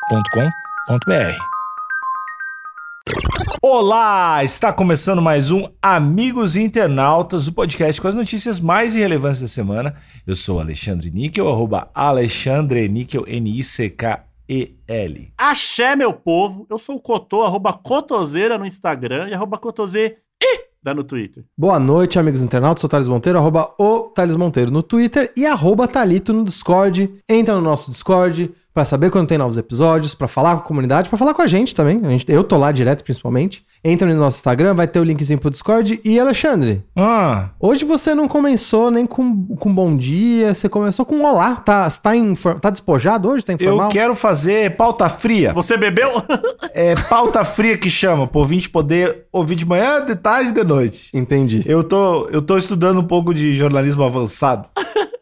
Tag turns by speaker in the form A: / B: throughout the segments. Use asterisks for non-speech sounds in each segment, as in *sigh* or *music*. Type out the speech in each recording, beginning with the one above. A: agenciadepodcast.com.br.
B: Olá! Está começando mais um Amigos Internautas, o podcast com as notícias mais relevantes da semana. Eu sou Alexandre Níquel, arroba Alexandre Níquel, N-I-C-K-E-L.
C: Axé, meu povo. Eu sou o Cotô, arroba Cotoseira no Instagram e arroba Cotoseira no Twitter.
D: Boa noite, amigos internautas. Sou Thales Monteiro, arroba o Thales Monteiro no Twitter e arroba Thalito no Discord. Entra no nosso Discord pra saber quando tem novos episódios, pra falar com a comunidade, pra falar com a gente também. A gente- eu tô lá direto, principalmente. Entra no nosso Instagram, vai ter o linkzinho pro Discord. E Alexandre,
B: Ah,
D: hoje você não começou nem com, com bom dia, você começou com olá. Tá, você tá, infor- tá despojado hoje? Tá
B: eu
D: informal?
B: quero fazer pauta fria.
C: Você bebeu?
B: É pauta fria que chama, pro ouvinte poder ouvir de manhã, de tarde e de noite.
D: Entendi.
B: Eu tô, eu tô estudando um pouco de jornalismo avançado.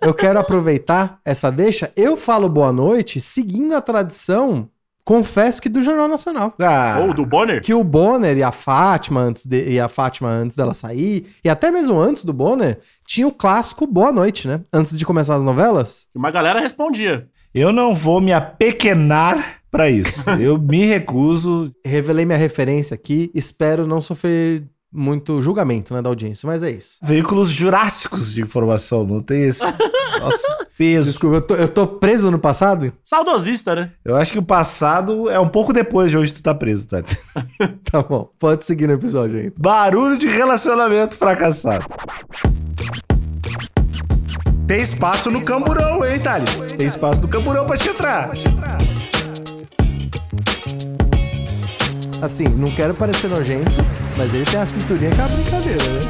D: Eu quero aproveitar essa deixa. Eu falo boa noite seguindo a tradição, confesso que do Jornal Nacional.
B: Ah,
C: Ou do Bonner?
D: que o Bonner e a Fátima antes de- e a Fátima antes dela sair, e até mesmo antes do Bonner, tinha o clássico Boa Noite, né? Antes de começar as novelas.
C: Uma galera respondia.
B: eu não vou me apequenar pra isso. Eu me recuso.
D: Revelei minha referência aqui, espero não sofrer muito julgamento, né, da audiência, mas é isso.
B: Veículos jurássicos de informação, não tem *laughs* esse nosso peso.
D: Desculpa, eu tô, eu tô preso no passado? *laughs*
C: Saudosista, né?
B: Eu acho que o passado é um pouco depois de onde tu tá preso, tá? *laughs*
D: Tá bom, pode seguir no episódio aí.
B: Barulho de relacionamento fracassado. Tem espaço no camburão, hein, Thales? Tem espaço no camburão pra te entrar.
D: Assim, não quero parecer nojento, mas ele tem a cinturinha que é uma brincadeira, né?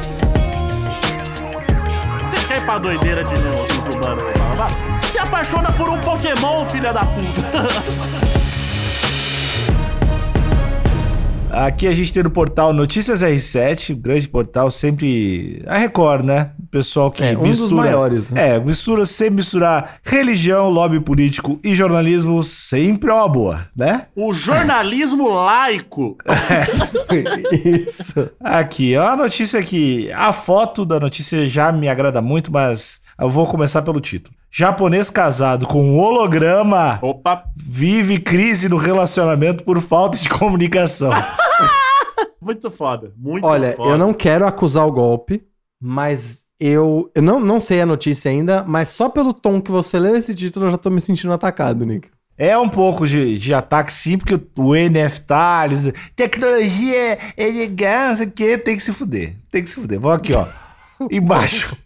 C: Você quer ir pra doideira de novo, dos urbanos? Vai. Se apaixona por um Pokémon, filha da puta.
B: Aqui a gente tem no portal Notícias R7, um grande portal, sempre. A Record, né? O pessoal que
D: É, um
B: mistura.
D: dos maiores, né?
B: É, mistura sem misturar religião, lobby político e jornalismo, sempre é uma boa, né?
C: O jornalismo laico.
D: isso.
B: Aqui, ó, a notícia aqui. A foto da notícia já me agrada muito, mas eu vou começar pelo título. Japonês casado com um holograma
C: Opa.
B: vive crise no relacionamento por falta de *laughs* comunicação.
C: Muito foda. Muito
D: Olha,
C: foda.
D: eu não quero acusar o golpe, mas eu, eu não, não sei a notícia ainda, mas só pelo tom que você leu esse título eu já tô me sentindo atacado, Nick.
B: É um pouco de, de ataque sim, porque o- o NF tá, eles- tecnologia, é, elegância, que tem que se fuder. Tem que se fuder. Vou aqui, ó. Embaixo.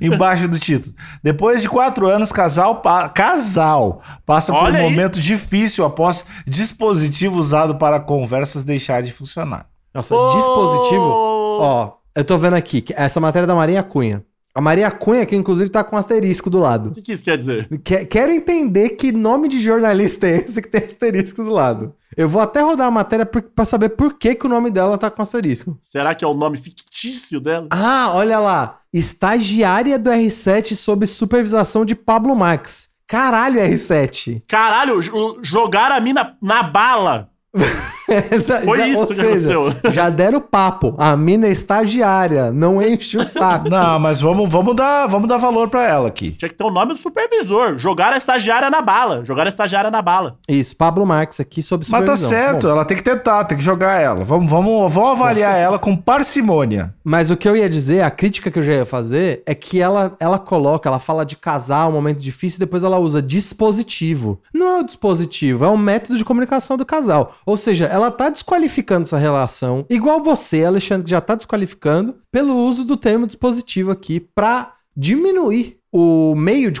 B: Embaixo do título. Depois de quatro anos, casal, pa- casal passa por
C: Olha
B: um
C: aí.
B: momento difícil após dispositivo usado para conversas deixar de funcionar.
D: Nossa, dispositivo. Ó, eu tô vendo aqui, que essa matéria é da Maria Cunha. A Maria Cunha, que inclusive tá com um asterisco do lado.
C: O que, que isso quer dizer?
D: Que- Quero entender que nome de jornalista é esse que tem asterisco do lado. Eu vou até rodar a matéria por- pra saber por que, que o nome dela tá com asterisco.
C: Será que é o nome fictício dela?
D: Ah, olha lá. Estagiária do R7 sob supervisação de Pablo Marx. Caralho, R7.
C: Caralho, jo- jogaram a mina na bala.
D: *laughs* Essa-
C: Foi
D: já-
C: isso
D: ou
C: que
D: seja,
C: aconteceu.
D: Já deram o papo. A mina é estagiária. Não enche o saco.
B: Não, mas vamos, vamos, dar, vamos dar valor pra ela aqui.
C: Tinha que ter o nome do supervisor. Jogaram a estagiária na bala. Jogaram a estagiária na bala.
D: Isso, Pablo Marx aqui sob
B: Mas
D: supervisão.
B: tá certo,
D: Bom,
B: ela tem que tentar, tem que jogar ela. Vamos, vamos, vamos avaliar ela com parcimônia.
D: mas o que eu ia dizer, a crítica que eu já ia fazer, é que ela, ela coloca, ela fala de casar, um momento difícil, depois ela usa dispositivo. Não é o dispositivo, é um método de comunicação do casal. Ou seja, ela tá desqualificando essa relação, igual você, Alexandre, que já tá desqualificando, pelo uso do termo dispositivo aqui, pra diminuir o meio de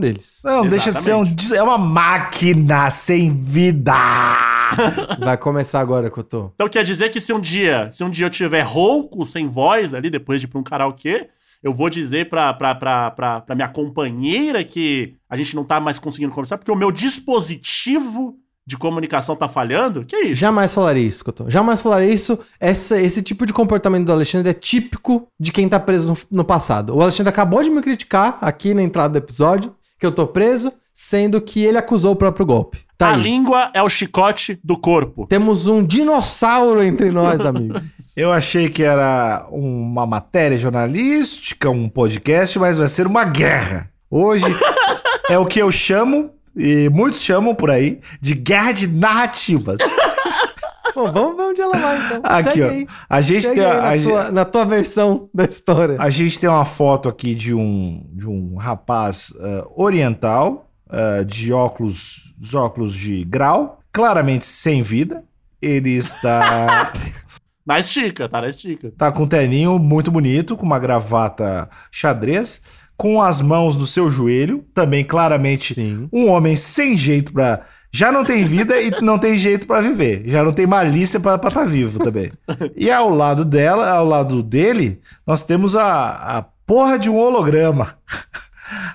B: *laughs*
D: deles.
B: Não, deixa de ser um, dis- é uma máquina sem vida.
D: Vai começar agora, Cotô.
C: Então quer dizer que se um dia, se um dia eu tiver rouco, sem voz ali, depois de ir pra um karaokê, eu vou dizer pra, pra, pra, pra, pra minha companheira que a gente não tá mais conseguindo conversar, porque o meu dispositivo de comunicação tá falhando? Que isso?
D: Jamais falarei isso, Cotô. Jamais falarei isso. Essa- esse tipo de comportamento do Alexandre é típico de quem tá preso no, no passado. O Alexandre acabou de me criticar aqui na entrada do episódio, que eu tô preso, sendo que ele acusou o próprio golpe. Tá
C: a
D: aí.
C: língua é o chicote do corpo.
D: Temos um dinossauro entre nós, *laughs* amigo.
B: Eu achei que era uma matéria
D: *laughs*
B: jornalística, um podcast, mas vai ser uma guerra. Hoje é o que eu chamo E muitos chamam por aí de guerra de narrativas.
D: Bom, vamos ver onde ela vai, então.
B: Aqui,
D: Segue
B: ó.
D: aí.
B: A gente
D: Segue
B: tem
D: aí
B: a-
D: na,
B: a ge-
D: tua, na tua versão da história.
B: A gente tem uma foto aqui de um, de um rapaz eh, oriental, eh, de óculos, os óculos de grau, claramente sem vida. Ele está
C: Na estica, tá na estica.
B: tá com um terninho muito bonito, com uma gravata xadrez, com as mãos no seu joelho, também claramente
D: Sim.
B: um homem sem jeito pra. Já não tem vida e não tem jeito pra viver. Já não tem malícia pra estar vivo também. E ao lado dela, ao lado dele, nós temos a, a porra de um holograma.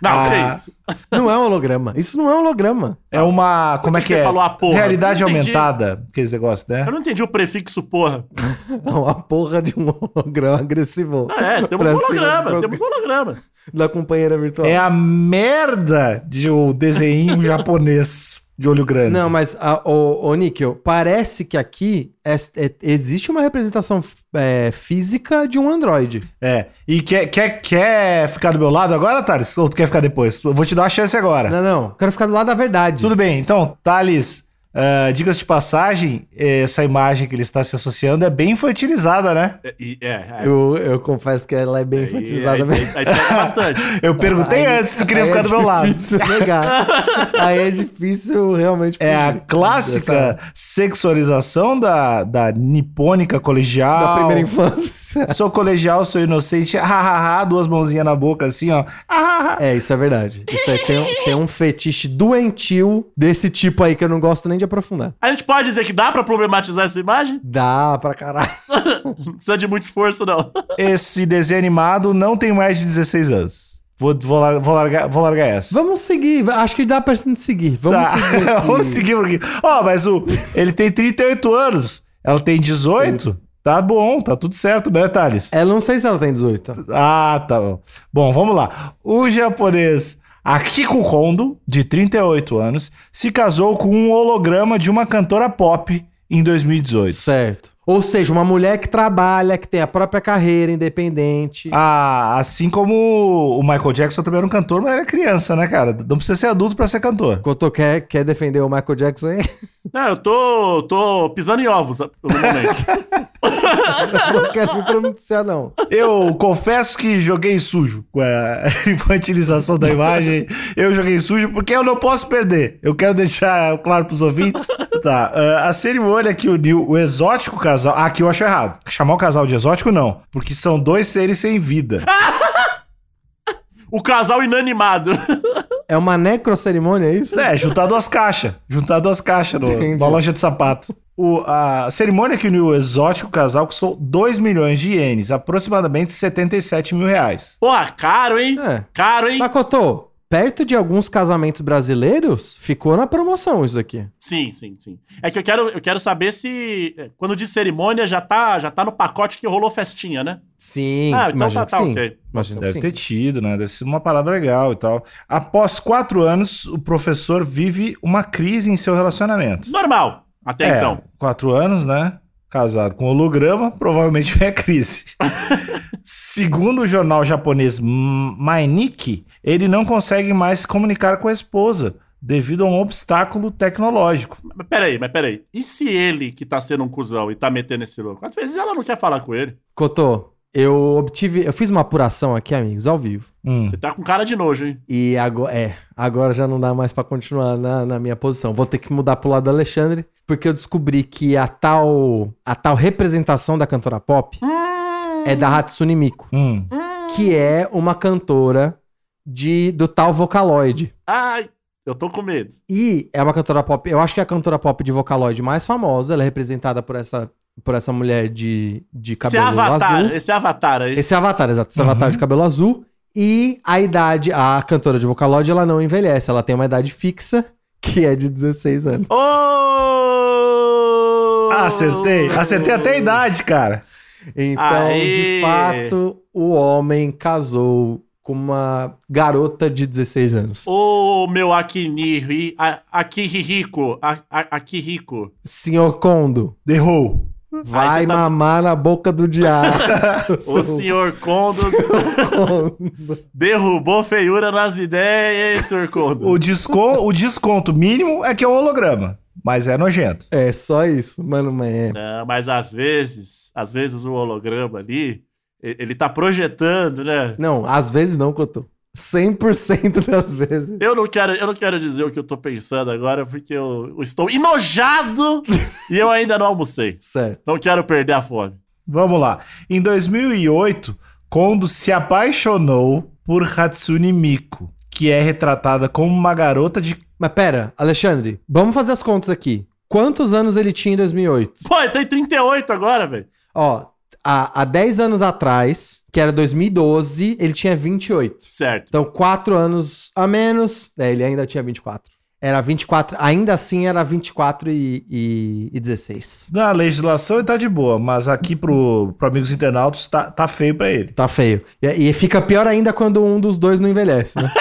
C: Não,
B: Ah,
C: que é isso?
D: Não é um holograma. Isso não é um holograma.
B: É uma. Como é
C: Ah, que
B: que,
C: você
B: é?
C: falou a porra?
B: Realidade
C: Não entendi.
B: aumentada, aqueles negócios, né?
C: Eu não entendi o prefixo, porra.
D: É uma porra de um *laughs* holograma agressivo
C: Ah, é,
B: *laughs*
C: temos um
D: Pra cima do
C: holograma,
D: programa.
C: temos um holograma.
D: da companheira virtual.
B: É a merda de um
C: *laughs*
B: desenho japonês de olho grande.
D: Não, mas, a, o, o Níquel, parece que aqui é- é- existe uma representação é, física de um Android.
B: É. E quer, quer, quer ficar do meu lado agora, Thales? Ou tu quer ficar depois? Eu vou te dar uma chance agora.
D: Não, não. Quero ficar do lado da verdade.
B: É. Tudo bem, então, Thales, ah, diga-se de passagem, eh, essa imagem que ele está se associando é bem infantilizada, né?
C: É, e- é, é.
D: Eu, eu confesso que ela é bem
C: Aí-
D: enfatizada
C: aí-
D: mesmo.
C: aí- aí pega bastante.
B: Eu perguntei
D: Aí-
B: antes, tu queria
D: aí
B: ficar
D: é
B: do meu lado.
D: difícil
B: *laughs*
D: negar. Aí é difícil realmente.
B: É a
D: fugir
B: clássica sexualização da, da nipônica
D: dessa-
B: colegial.
D: da primeira infância.
B: Sou colegial, sou inocente, ha, ha, ha, duas mãozinhas na boca assim, ó. Ah, ah, ah.
D: É, isso é verdade. Isso aí tem, um- tem um fetiche doentio desse tipo aí que eu não gosto nem de aprofundar.
C: *laughs* A gente pode dizer que dá pra problematizar essa imagem?
D: Dá pra caralho.
C: Não precisa de muito esforço, não.
B: Esse desenho animado não tem mais de 16 anos. Vou, vou, lar- vou largar, vou largar essa.
D: Vamos seguir. Acho que dá pra gente seguir. Vamos
B: Tá, *laughs*
C: *laughs*
D: seguir. aqui.
B: vamos seguir por aqui. Ó, mas o, ele tem 38 anos, ela tem 18. Tá bom, tá tudo certo, né, Thales?
D: Eu não sei se ela tem 18.
B: Ah, tá bom. Bom, vamos lá. O japonês Akiko Kondo, de 38 anos, se casou com um holograma de uma cantora pop em 2018.
D: Certo. Ou seja, uma mulher que trabalha, que tem a própria carreira independente.
B: Ah, assim como o Michael Jackson também era um cantor, mas era criança, né, cara? Não precisa ser adulto pra ser cantor.
D: Cotô quer, quer defender o Michael Jackson *laughs* aí?
C: *laughs* Não, eu tô, tô pisando em ovos no momento.
D: Não quer se pronunciar, não.
B: Eu confesso que joguei sujo com a *laughs* infantilização da imagem. Eu joguei sujo porque eu não posso perder. Eu quero deixar claro pros ouvintes. Tá. ah, a cerimônia que uniu o exótico casal. Ah, aqui eu acho errado. Chamar o casal de exótico, não. Porque são dois seres sem vida.
C: *laughs* O casal inanimado.
D: É uma necrocerimônia, é isso?
B: É, juntar duas caixas. Juntar duas caixas no-
D: Entendi.
B: numa loja de sapatos. O- a cerimônia que uniu o exótico casal custou 2 milhões de ienes, aproximadamente 77 mil reais.
C: Porra, caro, hein?
D: É.
C: Caro, hein?
D: Mas, Cotô, perto de alguns casamentos brasileiros, ficou na promoção isso aqui.
C: Sim, sim, sim. É que eu quero, eu quero saber se. é, Quando diz cerimônia, já tá, já tá no pacote que rolou festinha, né?
D: Sim,
C: Ah, então
D: imagino
C: tá- tá
D: que sim.
C: ok.
D: Imagino que
B: Deve
D: Então, sim.
B: ter tido, né? Deve ser uma parada legal e tal. Após quatro anos, o professor vive uma crise em seu relacionamento.
C: Normal, até
B: É,
C: então.
B: Quatro anos, né? Casado com holograma, provavelmente vem a crise. Segundo o jornal japonês Mainichi, ele não consegue mais se comunicar com a esposa devido a um obstáculo tecnológico.
C: Mas peraí, mas peraí. E se ele que tá sendo um cuzão e tá metendo esse louco? Às vezes ela não quer falar com ele.
D: Cotô, eu obtive. Eu fiz uma apuração aqui, amigos, ao vivo.
B: Hum.
C: Você tá com cara de nojo, hein?
D: E agora, é, agora já não dá mais pra continuar na, na minha posição. Vou ter que mudar pro lado do Alexandre, porque eu descobri que a tal, a tal representação da cantora pop é da Hatsune Miku,
B: Hum.
D: que é uma cantora de, do tal Vocaloid.
C: Ai, eu tô com medo.
D: E é uma cantora pop, eu acho que é a cantora pop de Vocaloid mais famosa. Ela é representada por essa, por essa mulher de, de
C: Esse é
D: cabelo
C: avatar,
D: azul.
C: esse avatar aí.
D: Esse é avatar, exato. Esse avatar
C: Uhum.
D: de cabelo azul. E a idade, a cantora de Vocaloid, ela não envelhece. Ela tem uma idade fixa, *laughs* que é de 16 anos.
C: Ô!
B: Ah, Acertei. Acertei até a idade, cara.
D: Então,
C: Aê!
D: de fato, o homem casou com uma garota de 16 anos.
C: Ô, meu Akini, Akihiko, Akihiko.
D: Senhor Kondo,
B: Errou.
D: Vai
C: você tá-
D: mamar na boca do diabo.
C: *laughs* O senhor Condo
B: *laughs*
C: derrubou feiura nas ideias, hein, senhor Condo.
B: O, descon- o desconto mínimo é que é um holograma, mas é nojento.
D: É só isso, mano, mas é.
C: Não, mas às vezes, às vezes o holograma ali, e- ele tá projetando, né?
D: Não, às vezes não, Cotô. 100% das vezes.
C: Eu não, quero, eu não quero dizer o que eu tô pensando agora, porque eu, eu estou enojado e eu ainda não almocei.
D: Certo.
C: Não quero perder a fome.
B: Vamos lá. Em 2008, Kondo se apaixonou por Hatsune Miku, que é retratada como uma garota de
D: Mas pera, Alexandre, vamos fazer as contas aqui. Quantos anos ele tinha em 2008?
C: Pô, ele tem 38 agora, velho.
D: Ó, há, há 10 anos atrás, que era 2012, ele tinha 28.
C: Certo.
D: Então, 4 anos a menos, é, ele ainda tinha 24. Era 24, ainda assim era 24 e, e, e 16.
B: Na legislação tá de boa, mas aqui pro, pro Amigos Internautas tá, tá feio pra ele.
D: Tá feio. E, e fica pior ainda quando um dos dois não envelhece, né?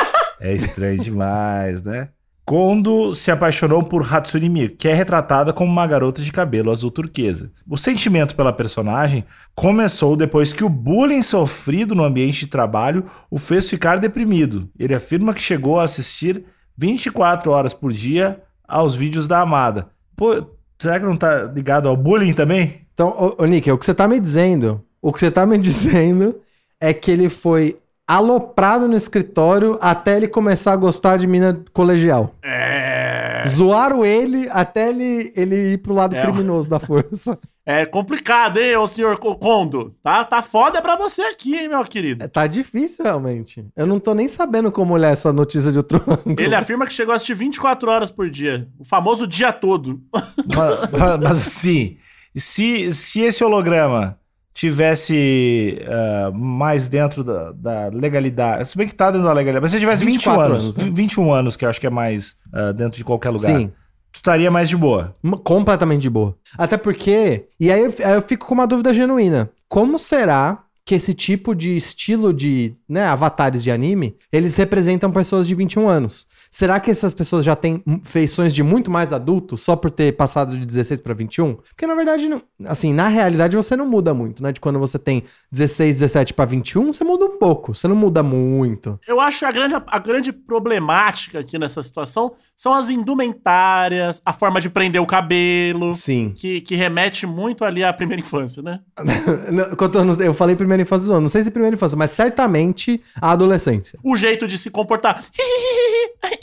B: É estranho demais, né? Kondo se apaixonou por Hatsune Miku, que é retratada como uma garota de cabelo azul turquesa. O sentimento pela personagem começou depois que o bullying sofrido no ambiente de trabalho o fez ficar deprimido. Ele afirma que chegou a assistir 24 horas por dia aos vídeos da amada. Pô, será que não tá ligado ao bullying também?
D: Então, ô, ô Nick, o que você tá me dizendo? O que você tá me *laughs* dizendo é que ele foi aloprado no escritório até ele começar a gostar de mina colegial.
C: É.
D: Zoaram ele até ele, ele ir pro lado
C: É.
D: criminoso da força.
C: *laughs* É complicado, hein, ô senhor Co- Condo? Tá, tá foda pra você aqui, hein, meu querido.
D: É, tá difícil, realmente. Eu não tô nem sabendo como olhar essa notícia de outro ângulo.
C: Ele afirma que chegou a assistir 24 horas por dia. O famoso dia todo.
B: mas, mas- mas, assim, se, se esse holograma tivesse ah, mais dentro da, da legalidade, se bem que tá dentro da legalidade, mas se tivesse 21
D: 24
B: anos,
D: anos, né?
B: vi- 21 anos, que eu acho que é mais ah, dentro de qualquer lugar,
D: Sim,
B: tu estaria mais de boa.
D: m- completamente de boa. Até porque, e aí eu, aí eu fico com uma dúvida genuína. Como será que esse tipo de estilo de né, avatares de anime, eles representam pessoas de 21 anos? Será que essas pessoas já têm hum, feições de muito mais adulto só por ter passado de 16 para 21? Porque na verdade, não- assim, na realidade você não muda muito, né? De quando você tem 16, 17 para 21, você muda um pouco, você não muda muito.
C: Eu acho que a grande, a grande problemática aqui nessa situação são as indumentárias, a forma de prender o cabelo,
D: Sim. *laughs*
C: que, que remete muito ali à primeira infância, né?
D: Não, quanto anos- eu falei primeira infância zoando. Não sei se primeira infância, mas certamente a adolescência.
C: O jeito de se comportar.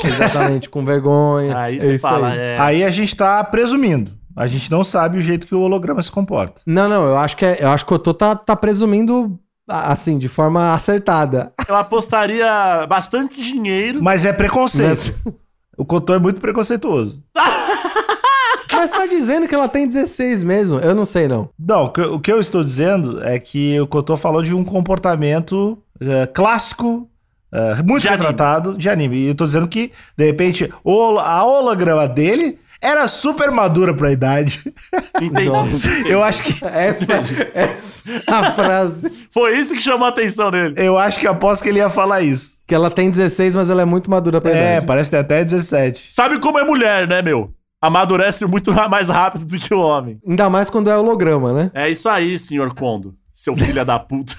D: Exatamente, com vergonha.
C: Aí
D: é
C: você
D: isso
C: fala,
D: aí.
C: é,
B: Aí a gente tá presumindo. A gente não sabe o jeito que o holograma se comporta.
D: Não, não, eu acho que é, eu acho que o Tô tá, tá presumindo a- assim, de forma acertada.
C: eu apostaria bastante dinheiro.
B: Mas é preconceito.
D: Mas,
B: O Cotô é muito preconceituoso.
D: mas tá dizendo que ela tem 16 mesmo. Eu não sei, não.
B: Não, o que- o que eu estou dizendo é que o Cotô falou de um comportamento eh, clássico, eh, muito
C: De anime.
B: retratado, de anime. E eu estou dizendo que, de repente, o- a holograma dele era super madura pra idade. *laughs*
C: Entendeu?
D: Nossa.
B: Eu acho que.
D: Essa, essa a frase.
C: Foi isso que chamou a atenção dele.
B: Eu acho que eu aposto que ele ia falar isso.
D: Que ela tem 16, mas ela é muito madura pra
B: É,
D: idade.
B: parece que tem até 17.
C: Sabe como é mulher, né, meu? Amadurece muito *laughs* mais rápido do que o homem.
D: Ainda mais quando é holograma, né?
C: É isso aí, senhor Condo. Seu filho da puta.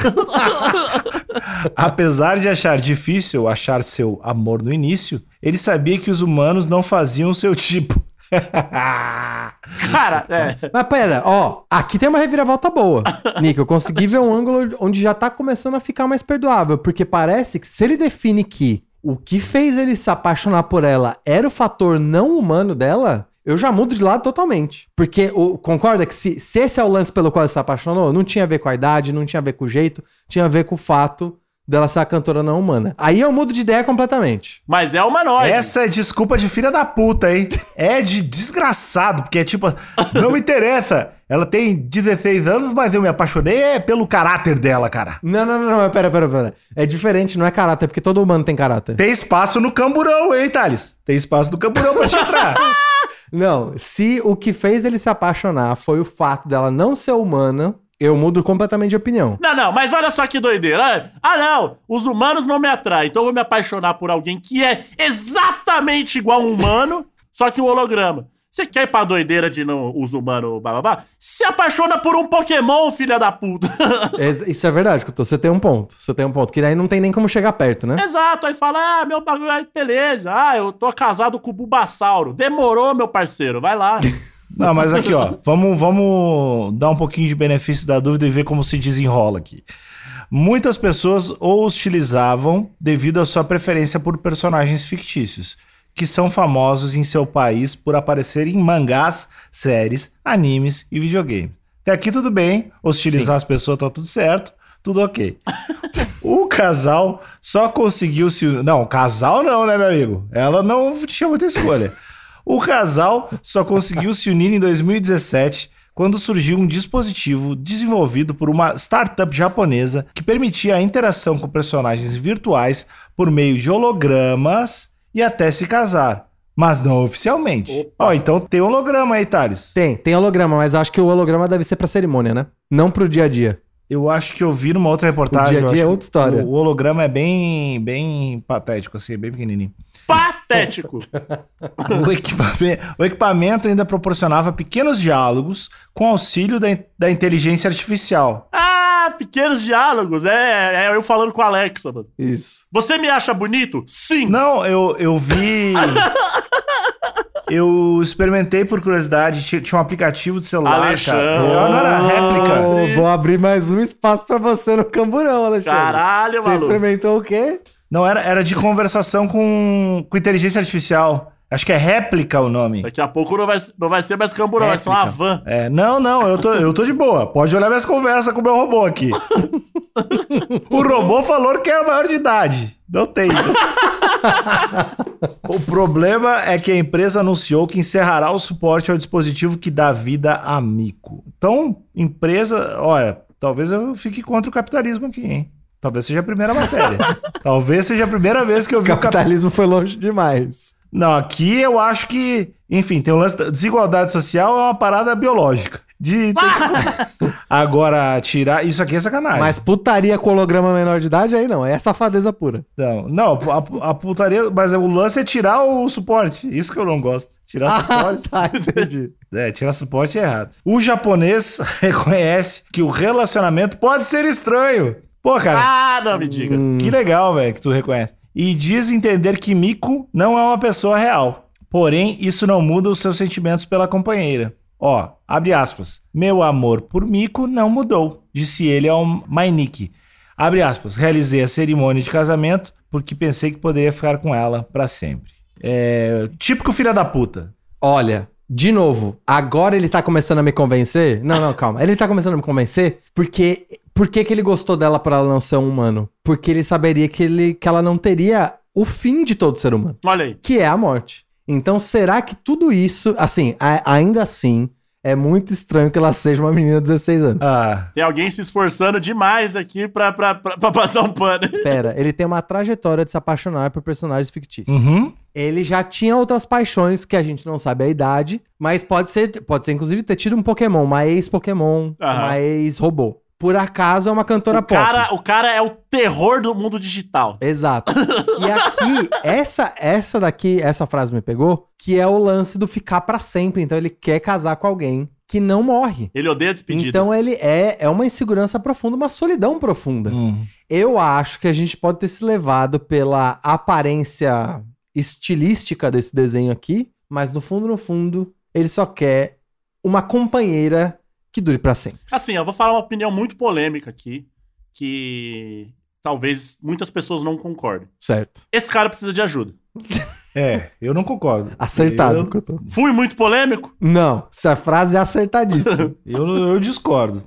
B: *laughs* Apesar de achar difícil achar seu amor no início, ele sabia que os humanos não faziam o seu tipo.
C: *laughs*
B: *laughs*
C: Cara, é.
D: Mas pera, ó, aqui tem uma reviravolta boa. Nick, eu consegui ver um ângulo onde já tá começando a ficar mais perdoável, porque parece que se ele define que o que fez ele se apaixonar por ela era o fator não humano dela, eu já mudo de lado totalmente. Porque o, concorda que se, se esse é o lance pelo qual ele se apaixonou, não tinha a ver com a idade, não tinha a ver com o jeito, tinha a ver com o fato dela ser a cantora não humana. Aí eu mudo de ideia completamente.
C: Mas é humanoide.
B: Essa é desculpa de filha da puta, hein? É de desgraçado, porque é tipo, não me interessa. Ela tem 16 anos, mas eu me apaixonei é pelo caráter dela, cara.
D: Não, não, não, não, mas pera, pera, pera. É diferente, não é caráter, porque todo humano tem caráter.
B: Tem espaço no camburão, hein, Thales? Tem espaço no camburão pra te entrar.
D: Não, se o que fez ele se apaixonar foi o fato dela não ser humana, eu mudo completamente de opinião.
C: Não, não, mas olha só que doideira. Ah, não, os humanos não me atraem, então eu vou me apaixonar por alguém que é exatamente igual a um humano, só que um holograma. Você quer ir pra doideira de não os humanos bababá? Se apaixona por um Pokémon, filha da puta. *laughs*
D: É, Isso é verdade, Couto. Você tem um ponto. Você tem um ponto. Que daí não tem nem como chegar perto, né?
C: Exato, aí fala, ah, meu bagulho, aí beleza. Ah, eu tô casado com o Bulbasauro. Demorou, meu parceiro, vai
D: *laughs*
C: lá.
B: Não, mas aqui, ó, vamos, vamos dar um pouquinho de benefício da dúvida e ver como se desenrola aqui. Muitas pessoas o hostilizavam devido à sua preferência por personagens fictícios, que são famosos em seu país por aparecerem em mangás, séries, animes e videogames. Até aqui tudo bem, hostilizar as pessoas tá tudo certo, tudo ok. o casal só conseguiu se. Não, casal não, né, meu amigo? Ela não tinha muita escolha. O casal só conseguiu se unir em 2017 quando surgiu um dispositivo desenvolvido por uma startup japonesa que permitia a interação com personagens virtuais por meio de hologramas e até se casar. Mas não oficialmente. Ó, então tem holograma aí, Thales.
D: Tem, tem holograma, mas acho que o holograma deve ser pra cerimônia, né? Não pro dia a dia.
B: Eu acho que eu vi numa outra reportagem.
D: dia a
B: Tá, eu
D: dia
B: acho
D: é
B: que
D: outra história.
B: O holograma é bem, bem patético, assim, é bem pequenininho.
C: Patético.
B: O equipamento, o equipamento ainda proporcionava pequenos diálogos com auxílio da, in- da inteligência artificial.
C: Ah, pequenos diálogos. É, é eu falando com a Alexa, mano.
D: Isso.
C: Você me acha bonito? Sim.
B: Não, eu, eu vi. Eu experimentei por curiosidade, tinha, tinha um aplicativo de celular, cara.
C: Alexandre.
B: Não, não era réplica.
D: vou abrir mais um espaço pra você no camburão, Alexandre.
C: Caralho,
D: Você
C: maluco.
D: experimentou o quê?
B: Não, era, era de conversação com, com inteligência artificial. Acho que é réplica o nome.
C: Daqui a pouco não vai, não vai ser mais camburão, vai ser uma van.
B: É, não, não, eu tô, eu tô de boa. Pode olhar minhas conversas com o meu robô aqui. o robô falou que era maior de idade. Não tem. o problema é que a empresa anunciou que encerrará o suporte ao dispositivo que dá vida a mico. Então, empresa, olha, talvez eu fique contra o capitalismo aqui, hein? Talvez seja a primeira matéria. talvez seja a primeira vez que eu
D: O
B: vi o capitalismo.
D: capitalismo foi longe demais.
B: Não, aqui eu acho que, enfim, tem o lance da desigualdade social é uma parada biológica. De *laughs* agora tirar isso aqui é sacanagem.
D: Mas putaria com holograma menor de idade aí não. É safadeza pura.
B: Não, não, a, a putaria, mas o lance é tirar o suporte. Isso que eu não gosto. Tirar
D: *laughs*
B: suporte.
D: tá, entendi.
B: É, tirar suporte é errado. O japonês *laughs* reconhece que o relacionamento pode ser estranho. Pô, cara,
C: Ah, não me diga.
D: Hum.
B: Que legal, velho, que tu reconhece. E diz entender que Miko não é uma pessoa real. Porém, isso não muda os seus sentimentos pela companheira. Ó, abre aspas. Meu amor por Miko não mudou, disse ele ao Mainiki. Abre aspas. Realizei a cerimônia de casamento porque pensei que poderia ficar com ela pra sempre. É, típico filha da puta.
D: Olha, de novo, agora ele tá começando a me convencer? Não, não, calma. Ele tá começando a me convencer porque. Por que, que ele gostou dela por ela não ser um humano? Porque ele saberia que, ele, que ela não teria o fim de todo ser humano,
C: Olha aí.
D: que é a morte. Então, será que tudo isso, assim, a- ainda assim, é muito estranho que ela seja uma menina de 16 anos?
B: Ah,
C: Tem alguém se esforçando demais aqui pra, pra, pra, pra passar um pano.
D: Pera, ele tem uma trajetória de se apaixonar por personagens fictícios.
B: uhum.
D: Ele já tinha outras paixões que a gente não sabe a idade, mas pode ser, pode ser inclusive ter tido um Pokémon, uma ex-Pokémon,
C: Aham.
D: uma ex-robô. Por acaso é uma cantora
C: O
D: pop.
C: cara, o cara é o terror do mundo digital.
D: Exato.
C: *laughs*
D: E aqui, essa essa daqui, essa frase me pegou, que é o lance do ficar pra sempre. Então ele quer casar com alguém que não morre.
C: Ele odeia despedidas.
D: Então ele é, é uma insegurança profunda, uma solidão profunda.
B: Hum.
D: Eu acho que a gente pode ter se levado pela aparência estilística desse desenho aqui, mas no fundo, no fundo, ele só quer uma companheira que dure pra sempre.
C: Assim, eu vou falar uma opinião muito polêmica aqui, que talvez muitas pessoas não concordem.
D: Certo.
C: Esse cara precisa de ajuda.
B: É, eu não concordo.
D: Acertado.
B: Eu-
D: Couto.
C: Fui muito polêmico?
D: Não, essa frase é
B: *laughs*
D: acertadíssima.
B: eu, eu discordo.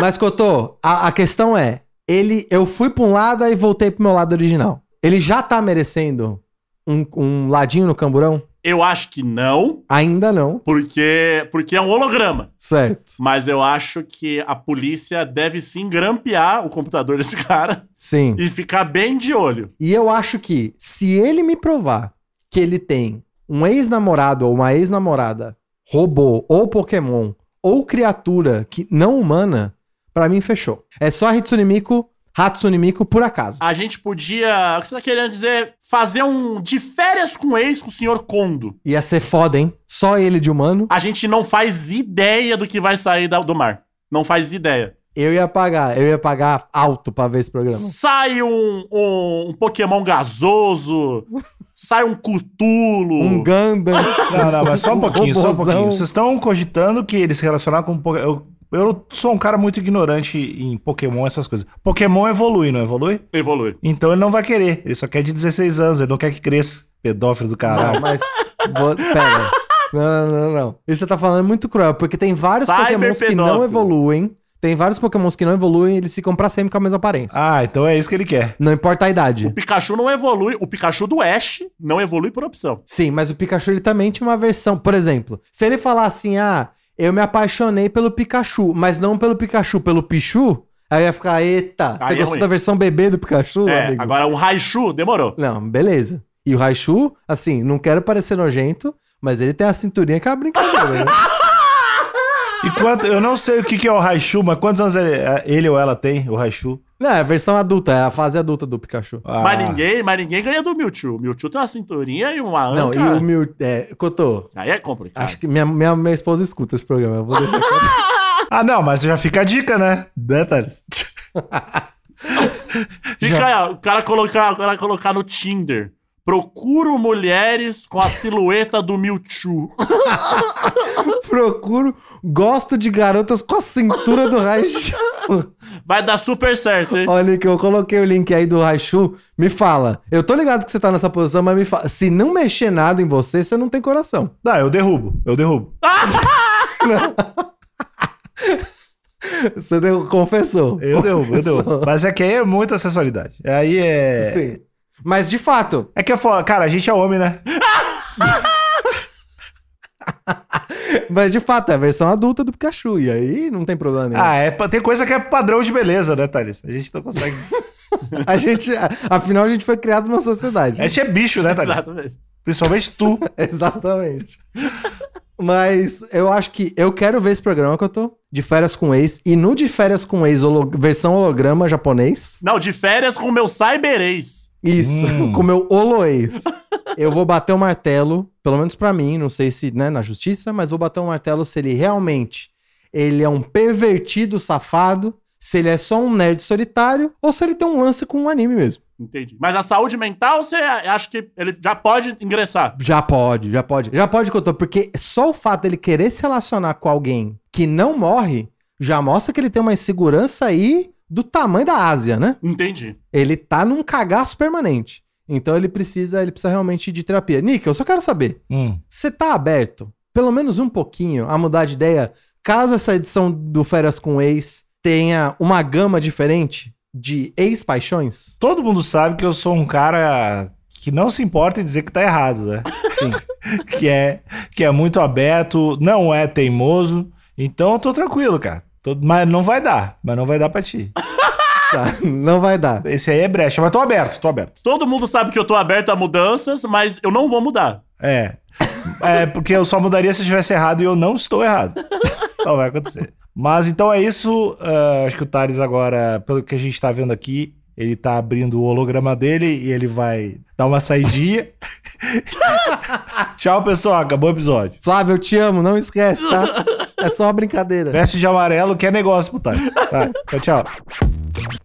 D: mas, Cotô, a, a questão é, ele, eu fui pra um lado e voltei pro meu lado original. Ele já tá merecendo um, um ladinho no camburão?
C: Eu acho que não,
D: Ainda não.
C: porque, porque é um holograma.
D: Certo.
C: Mas eu acho que a polícia deve sim grampear o computador desse *laughs* cara
D: Sim.
C: e ficar bem de olho.
D: E eu acho que se ele me provar que ele tem um ex-namorado ou uma ex-namorada, robô ou Pokémon ou criatura que não humana, pra mim fechou. É só a Hitsune Miku Hatsune Miku por acaso.
C: A gente podia. O que você tá querendo dizer? Fazer um de férias com o ex com o senhor Kondo.
D: Ia ser foda, hein? Só ele de humano.
C: A gente não faz ideia do que vai sair da- do mar. Não faz ideia.
D: Eu ia pagar, eu ia pagar alto pra ver esse programa.
C: Sai um, um, um Pokémon
D: *laughs*
C: gasoso. sai um Cutulo.
D: Um Gundam.
B: Não, não, mas só
D: *laughs*
B: um pouquinho, só um
D: Robozão.
B: pouquinho. Vocês estão cogitando que eles se relacionar com Poké- eu, eu sou um cara muito ignorante em Pokémon, essas coisas. Pokémon evolui, não evolui?
C: Evolui.
B: Então ele não vai querer. Ele só quer de 16 anos, ele não quer que cresça. Pedófilo do
D: Não,
B: caralho.
D: mas. vo- Pera. Não, não, não, não. Isso que você tá falando é muito cruel, porque tem vários
C: Cyber
D: pokémons que não
C: pedófilo.
D: evoluem. Tem vários pokémons que não evoluem, eles ficam pra sempre com a mesma aparência.
B: Ah, então é isso que ele quer.
D: Não importa a
C: O
D: idade.
C: Pikachu não evolui. O Pikachu do Ash não evolui por opção.
D: Sim, mas o Pikachu ele também tinha uma versão. Por exemplo, se ele falar assim, ah, eu me apaixonei pelo Pikachu, mas não pelo Pikachu, pelo Pichu, aí eu ia ficar, eita,
C: Aí
D: você
C: é
D: gostou
C: ruim.
D: da versão bebê do Pikachu,
C: É,
D: amigo?
C: agora um Raichu demorou.
D: Não, beleza. E o Raichu, assim, não quero parecer nojento, mas ele tem a cinturinha que é uma brincadeira, né?
B: E quanto, eu não sei o que, que é o Raichu, mas quantos anos ele, é, ele ou ela tem, o Raichu?
D: Não, é a versão adulta, é a fase adulta do Pikachu.
B: Ah,
C: Mas, ninguém, mas ninguém ganha do Mewtwo. O Mewtwo tem uma cinturinha e uma
D: Não,
C: anca.
D: e o meu. É, Cotô,
C: Aí é complicado.
D: acho que minha, minha, minha esposa escuta esse programa. Eu vou deixar aqui.
B: *laughs* Ah, não, mas já fica a dica, né? Né, Thales?
C: Fica aí, ó, o cara colocar, o cara colocar no Tinder. Procuro mulheres com a silhueta do Mewtwo.
D: *laughs* Procuro, gosto de garotas com a cintura do
B: *laughs*
D: Raichu.
C: Vai dar super certo, hein?
D: Olha que eu coloquei o link aí do Raichu. Me fala, eu tô ligado que você tá nessa posição, mas me fala. Se não mexer nada em você, você não tem coração. *laughs*
B: Não, eu derrubo, eu derrubo.
D: Você deu- confessou. *laughs*
B: Eu derrubo, eu derrubo. Mas é que aí é muita sensualidade. Aí é.
D: Sim. Mas de fato,
B: É que eu falo, cara, a gente é homem, né?
D: mas de fato, é a versão adulta do Pikachu. E aí não tem problema nenhum.
B: Ah, é, pa- tem coisa que é padrão de beleza, né, Thales? A gente não *laughs* consegue.
D: A gente, afinal, a gente foi criado numa sociedade.
B: A gente é bicho, né, Thales?
C: Exatamente.
B: Principalmente tu.
D: *laughs* Exatamente. Mas eu acho que eu quero ver esse programa que eu tô. De férias com ex. E no de férias com ex, holo- versão holograma japonês.
C: Não, de férias com o meu Cyberês.
D: Isso,
B: Hum.
D: *laughs* com o meu holoex. Eu vou bater o martelo, pelo menos pra mim, não sei se né, na justiça, mas vou bater o martelo se ele realmente ele é um pervertido safado, se ele é só um nerd solitário, ou se ele tem um lance com um anime mesmo.
C: Entendi. Mas a saúde mental, você acha que ele já pode ingressar.
D: Já pode, já pode. Já pode que eu tô, porque só o fato dele querer se relacionar com alguém que não morre já mostra que ele tem uma insegurança aí do tamanho da Ásia, né?
C: Entendi.
D: Ele tá num cagaço permanente. Então ele precisa, ele precisa realmente de terapia. Nick, eu só quero saber,
B: Hum.
D: você tá aberto, pelo menos um pouquinho, a mudar de ideia, caso essa edição do Férias com Ex tenha uma gama diferente de ex-paixões?
B: Todo mundo sabe que eu sou um cara que não se importa em dizer que tá errado, né?
D: Sim.
B: *laughs* que, é, que é muito aberto, não é teimoso. Então eu tô tranquilo, cara. Tô- mas não vai dar. Mas não vai dar pra ti.
D: Tá, *laughs* não vai dar.
B: Esse aí é brecha. Mas tô aberto, tô aberto.
C: Todo mundo sabe que eu tô aberto a mudanças, mas eu não vou mudar.
B: É. É, porque eu só mudaria se eu estivesse errado e eu não estou errado. *laughs* Não vai acontecer. Mas então é isso. Ah, acho que o Thales agora, pelo que a gente tá vendo aqui, ele tá abrindo o holograma dele e ele vai dar uma saidinha. *laughs* Tchau, pessoal. Acabou o episódio.
D: Flávio, eu te amo, não esquece, tá? É só uma brincadeira.
B: Veste de amarelo que é negócio pro Thales. Tá? Tchau, tchau.